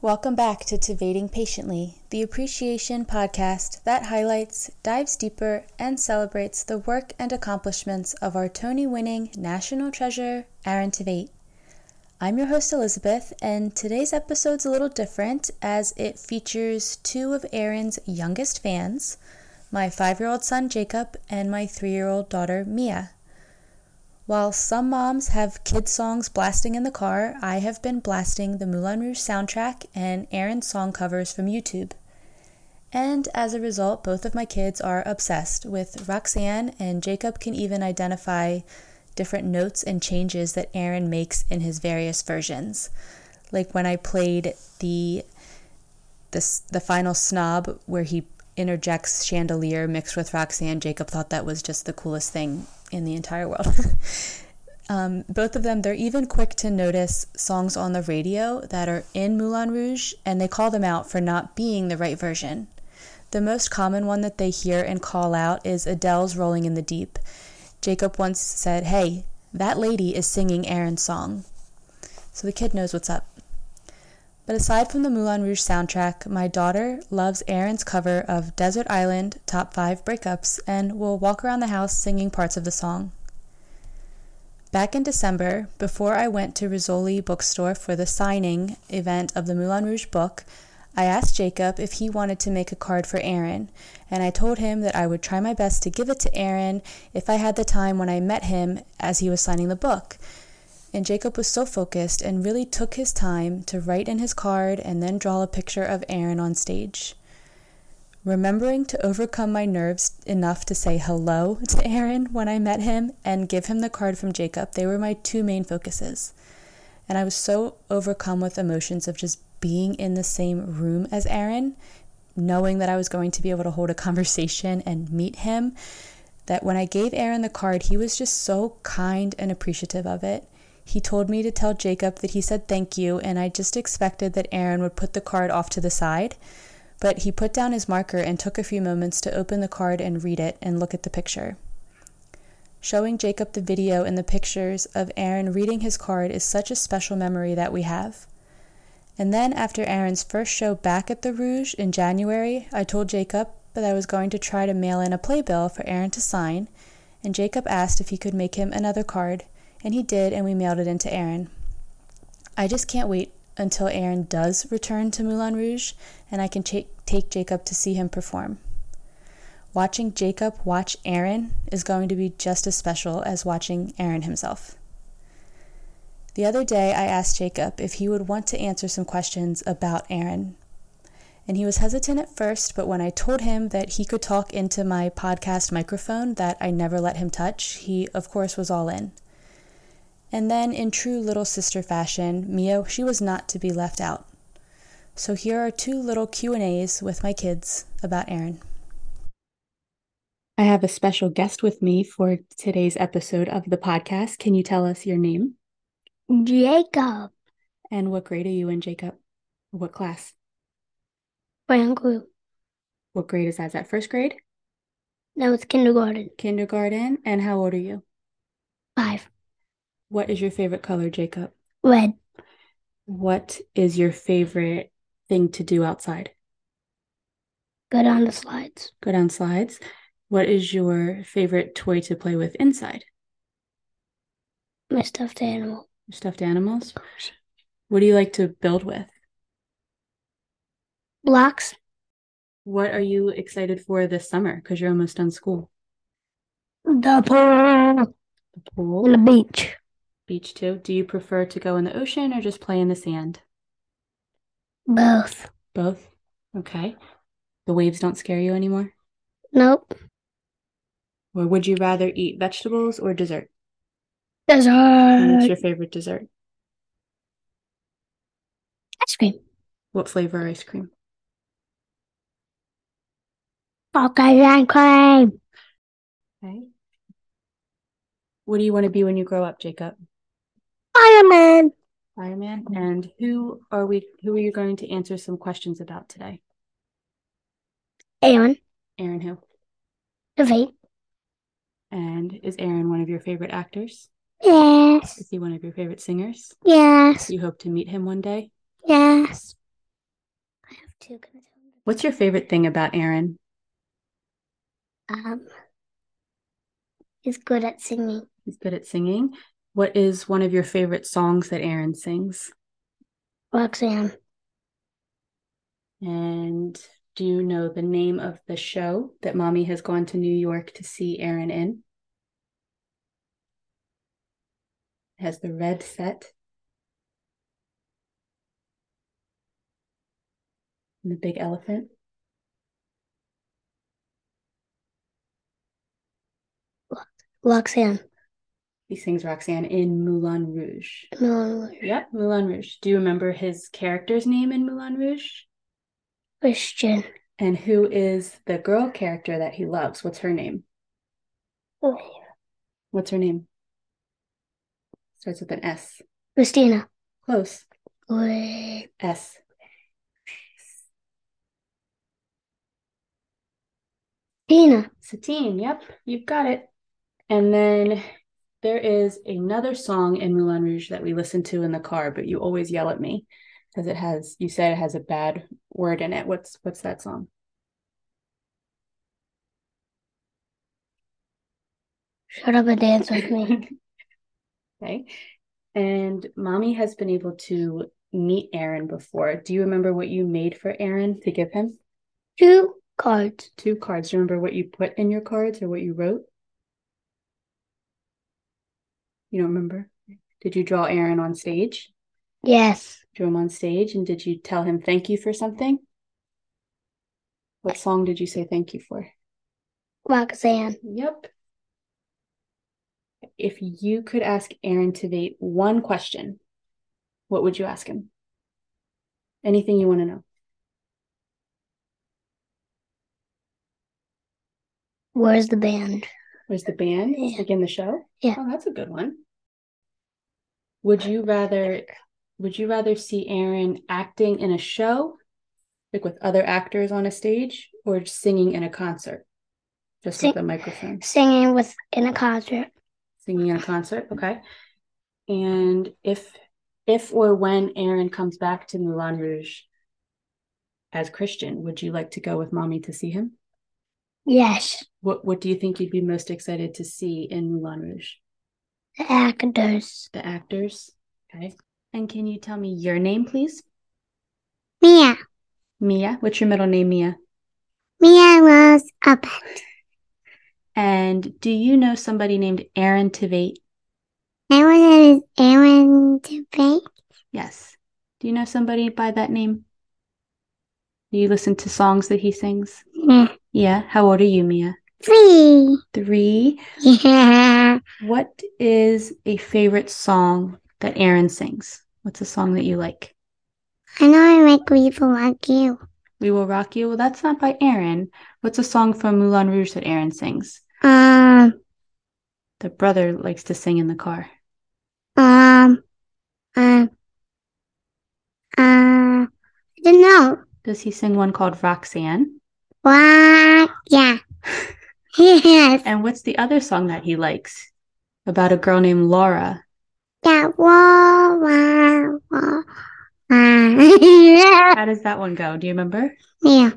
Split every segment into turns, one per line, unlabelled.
Welcome back to Tivating Patiently, the appreciation podcast that highlights, dives deeper, and celebrates the work and accomplishments of our Tony winning national treasure, Aaron Tveit. I'm your host, Elizabeth, and today's episode's a little different as it features two of Aaron's youngest fans my five year old son, Jacob, and my three year old daughter, Mia. While some moms have kid songs blasting in the car, I have been blasting the Moulin Rouge soundtrack and Aaron's song covers from YouTube. And as a result, both of my kids are obsessed with Roxanne, and Jacob can even identify different notes and changes that Aaron makes in his various versions. Like when I played the this the final snob where he interjects chandelier mixed with Roxanne. Jacob thought that was just the coolest thing in the entire world. um, both of them, they're even quick to notice songs on the radio that are in Moulin Rouge, and they call them out for not being the right version. The most common one that they hear and call out is Adele's "Rolling in the Deep." Jacob once said, "Hey, that lady is singing Aaron's song," so the kid knows what's up. But aside from the Moulin Rouge soundtrack, my daughter loves Aaron's cover of Desert Island Top 5 Breakups and will walk around the house singing parts of the song. Back in December, before I went to Rizzoli Bookstore for the signing event of the Moulin Rouge book, I asked Jacob if he wanted to make a card for Aaron, and I told him that I would try my best to give it to Aaron if I had the time when I met him as he was signing the book. And Jacob was so focused and really took his time to write in his card and then draw a picture of Aaron on stage. Remembering to overcome my nerves enough to say hello to Aaron when I met him and give him the card from Jacob, they were my two main focuses. And I was so overcome with emotions of just being in the same room as Aaron, knowing that I was going to be able to hold a conversation and meet him, that when I gave Aaron the card, he was just so kind and appreciative of it. He told me to tell Jacob that he said thank you, and I just expected that Aaron would put the card off to the side. But he put down his marker and took a few moments to open the card and read it and look at the picture. Showing Jacob the video and the pictures of Aaron reading his card is such a special memory that we have. And then, after Aaron's first show back at the Rouge in January, I told Jacob that I was going to try to mail in a playbill for Aaron to sign, and Jacob asked if he could make him another card, and he did, and we mailed it in to Aaron. I just can't wait until Aaron does return to Moulin Rouge and I can cha- take Jacob to see him perform. Watching Jacob watch Aaron is going to be just as special as watching Aaron himself. The other day, I asked Jacob if he would want to answer some questions about Aaron. And he was hesitant at first, but when I told him that he could talk into my podcast microphone that I never let him touch, he, of course, was all in. And then, in true little sister fashion, Mia, she was not to be left out. So here are two little Q&As with my kids about Aaron.
I have a special guest with me for today's episode of the podcast. Can you tell us your name
Jacob
and what grade are you in, Jacob? What class?
Franklin.
What grade is that? Is that first grade,
That was kindergarten.
kindergarten, and how old are you?
Five.
What is your favorite color, Jacob?
Red.
What is your favorite thing to do outside?
Go down the slides.
Go down slides. What is your favorite toy to play with inside?
My stuffed animal.
Stuffed animals. What do you like to build with?
Blocks.
What are you excited for this summer? Because you're almost done school.
The pool.
The pool.
And the beach.
Beach too. Do you prefer to go in the ocean or just play in the sand?
Both.
Both. Okay. The waves don't scare you anymore?
Nope.
Or would you rather eat vegetables or dessert? And What's
Dessert.
your favorite dessert?
Ice cream.
What flavor ice cream?
Chocolate and cream.
Okay. What do you want to be when you grow up, Jacob?
Fireman.
Fireman. And who are we who are you going to answer some questions about today?
Aaron.
Aaron who?
Devate.
And is Aaron one of your favorite actors?
Yes.
Is he one of your favorite singers?
Yes.
Do you hope to meet him one day?
Yes. two gonna tell them.
What's your favorite thing about Aaron?
Um, is good at singing.
He's good at singing. What is one of your favorite songs that Aaron sings?
Roxanne.
And do you know the name of the show that mommy has gone to New York to see Aaron in? It Has the red set and the big elephant?
Roxanne.
He sings Roxanne in Moulin Rouge.
No,
Yep, Moulin Rouge. Do you remember his character's name in Moulin Rouge?
Christian.
And who is the girl character that he loves? What's her name? Oh. What's her name? Starts with an S.
Christina.
Close.
Wait,
S.
Tina.
Satine. Yep, you've got it. And then there is another song in Moulin Rouge that we listen to in the car, but you always yell at me because it has. You said it has a bad word in it. What's what's that song?
Shut up and dance with me.
okay. And mommy has been able to meet Aaron before. Do you remember what you made for Aaron to give him?
Two cards.
Two cards. Do you remember what you put in your cards or what you wrote? You don't remember? Did you draw Aaron on stage?
Yes.
Drew him on stage and did you tell him thank you for something? What song did you say thank you for?
Roxanne.
Yep. If you could ask Aaron Tveit one question, what would you ask him? Anything you want to know.
Where's the band?
Where's the band?
Yeah.
Like in the show?
Yeah.
Oh, that's a good one. Would you rather would you rather see Aaron acting in a show, like with other actors on a stage, or singing in a concert? Just
Sing-
with a microphone.
Singing with in a concert.
Singing in a concert, okay. And if if or when Aaron comes back to Moulin Rouge as Christian, would you like to go with mommy to see him?
Yes.
What what do you think you'd be most excited to see in Moulin Rouge?
The actors.
the actors. Okay. And can you tell me your name, please?
Mia.
Mia. What's your middle name, Mia?
Mia loves a band.
And do you know somebody named Aaron Tveit?
Anyone that is Aaron Dubay?
Yes. Do you know somebody by that name? Do you listen to songs that he sings?
Yeah.
Yeah. How old are you, Mia?
Free.
Three.
Yeah.
What is a favorite song that Aaron sings? What's a song that you like?
I know I like Weevil like you.
We Will Rock You. Well, that's not by Aaron. What's a song from Moulin Rouge that Aaron sings?
Um,
The brother likes to sing in the car.
um, um, uh, I don't know.
Does he sing one called Roxanne?
What? Yeah. yes.
And what's the other song that he likes? About a girl named Laura.
Yeah. Whoa, wow, wow. wow.
How does that one go? Do you remember?
yeah.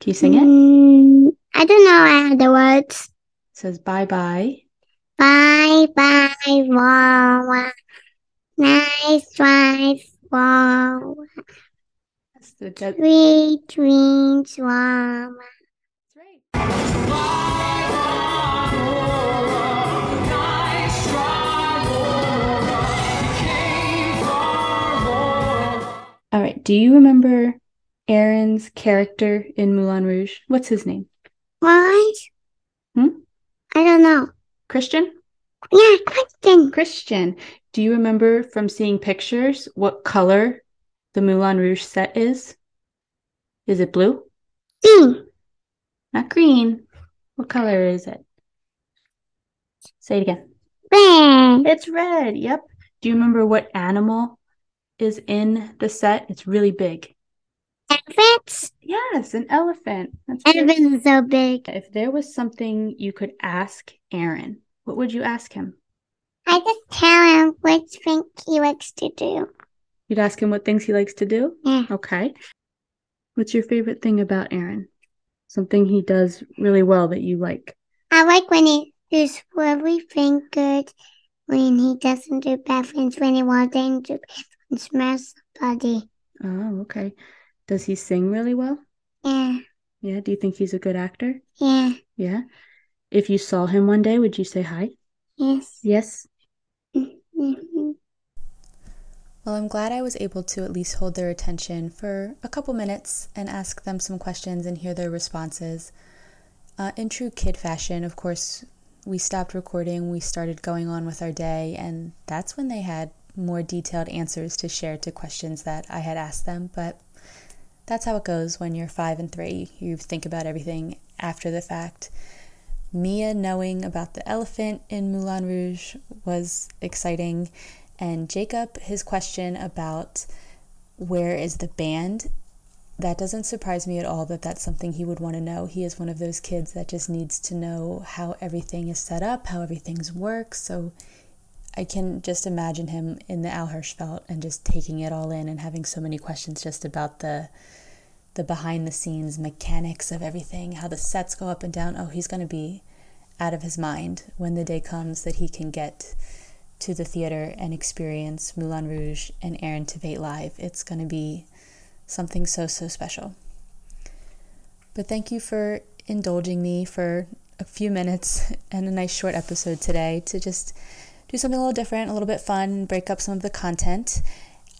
Can you sing it? It
Mm, I don't know uh, the words.
says bye bye.
Bye bye, Wawa. Nice drive, Wawa. Sweet dreams, Wawa.
All right. Do you remember Aaron's character in Moulin Rouge? What's his name?
What?
Hmm?
I don't know.
Christian?
Yeah, question.
Christian, do you remember from seeing pictures what color the Moulin Rouge set is? Is it blue?
Thing.
Not green. What color is it? Say it again.
Red.
It's red. Yep. Do you remember what animal is in the set? It's really big.
Elephants.
Yes, an elephant. That's good.
Elephants are so big.
If there was something you could ask Aaron, what would you ask him?
I just tell him which thing he likes to do.
You'd ask him what things he likes to do?
Yeah.
Okay. What's your favorite thing about Aaron? Something he does really well that you like.
I like when he does everything good, when he doesn't do bad things, when he wants to do bad things, smash somebody.
Oh, okay. Does he sing really well?
Yeah,
Yeah. Do you think he's a good actor?
yeah,
Yeah. If you saw him one day, would you say hi?
yes.
Yes.
Mhm.
Well, I'm glad I was able to at least hold their attention for a couple minutes and ask them some questions and hear their responses. Uh, in true kid fashion, of course, we stopped recording, we started going on with our day, and that's when they had more detailed answers to share to questions that I had asked them. But that's how it goes when you're five and three. You think about everything after the fact. Mia knowing about the elephant in Moulin Rouge was exciting. And Jacob, his question about where is the band, that doesn't surprise me at all that that's something he would want to know. He is one of those kids that just needs to know how everything is set up, how everything's works. So I can just imagine him in the Al Hirschfeld and just taking it all in and having so many questions just about the the behind the scenes mechanics of everything, how the sets go up and down. Oh, he's going to be out of his mind when the day comes that he can get to the theater and experience Moulin Rouge and Aaron Tveit live. It's going to be something so, so special. But thank you for indulging me for a few minutes and a nice short episode today to just do something a little different, a little bit fun, break up some of the content.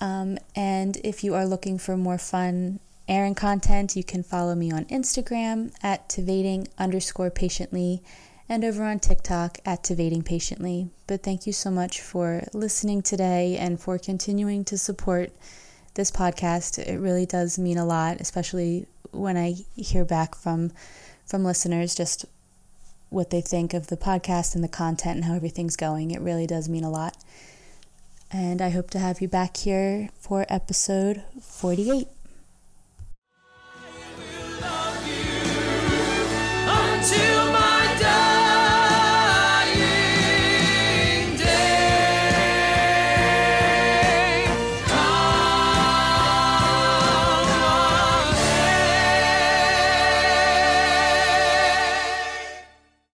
Um, and if you are looking for more fun Aaron content, you can follow me on Instagram at Tivating underscore patiently and over on TikTok at Tivating Patiently. But thank you so much for listening today and for continuing to support this podcast. It really does mean a lot, especially when I hear back from from listeners just what they think of the podcast and the content and how everything's going. It really does mean a lot. And I hope to have you back here for episode 48.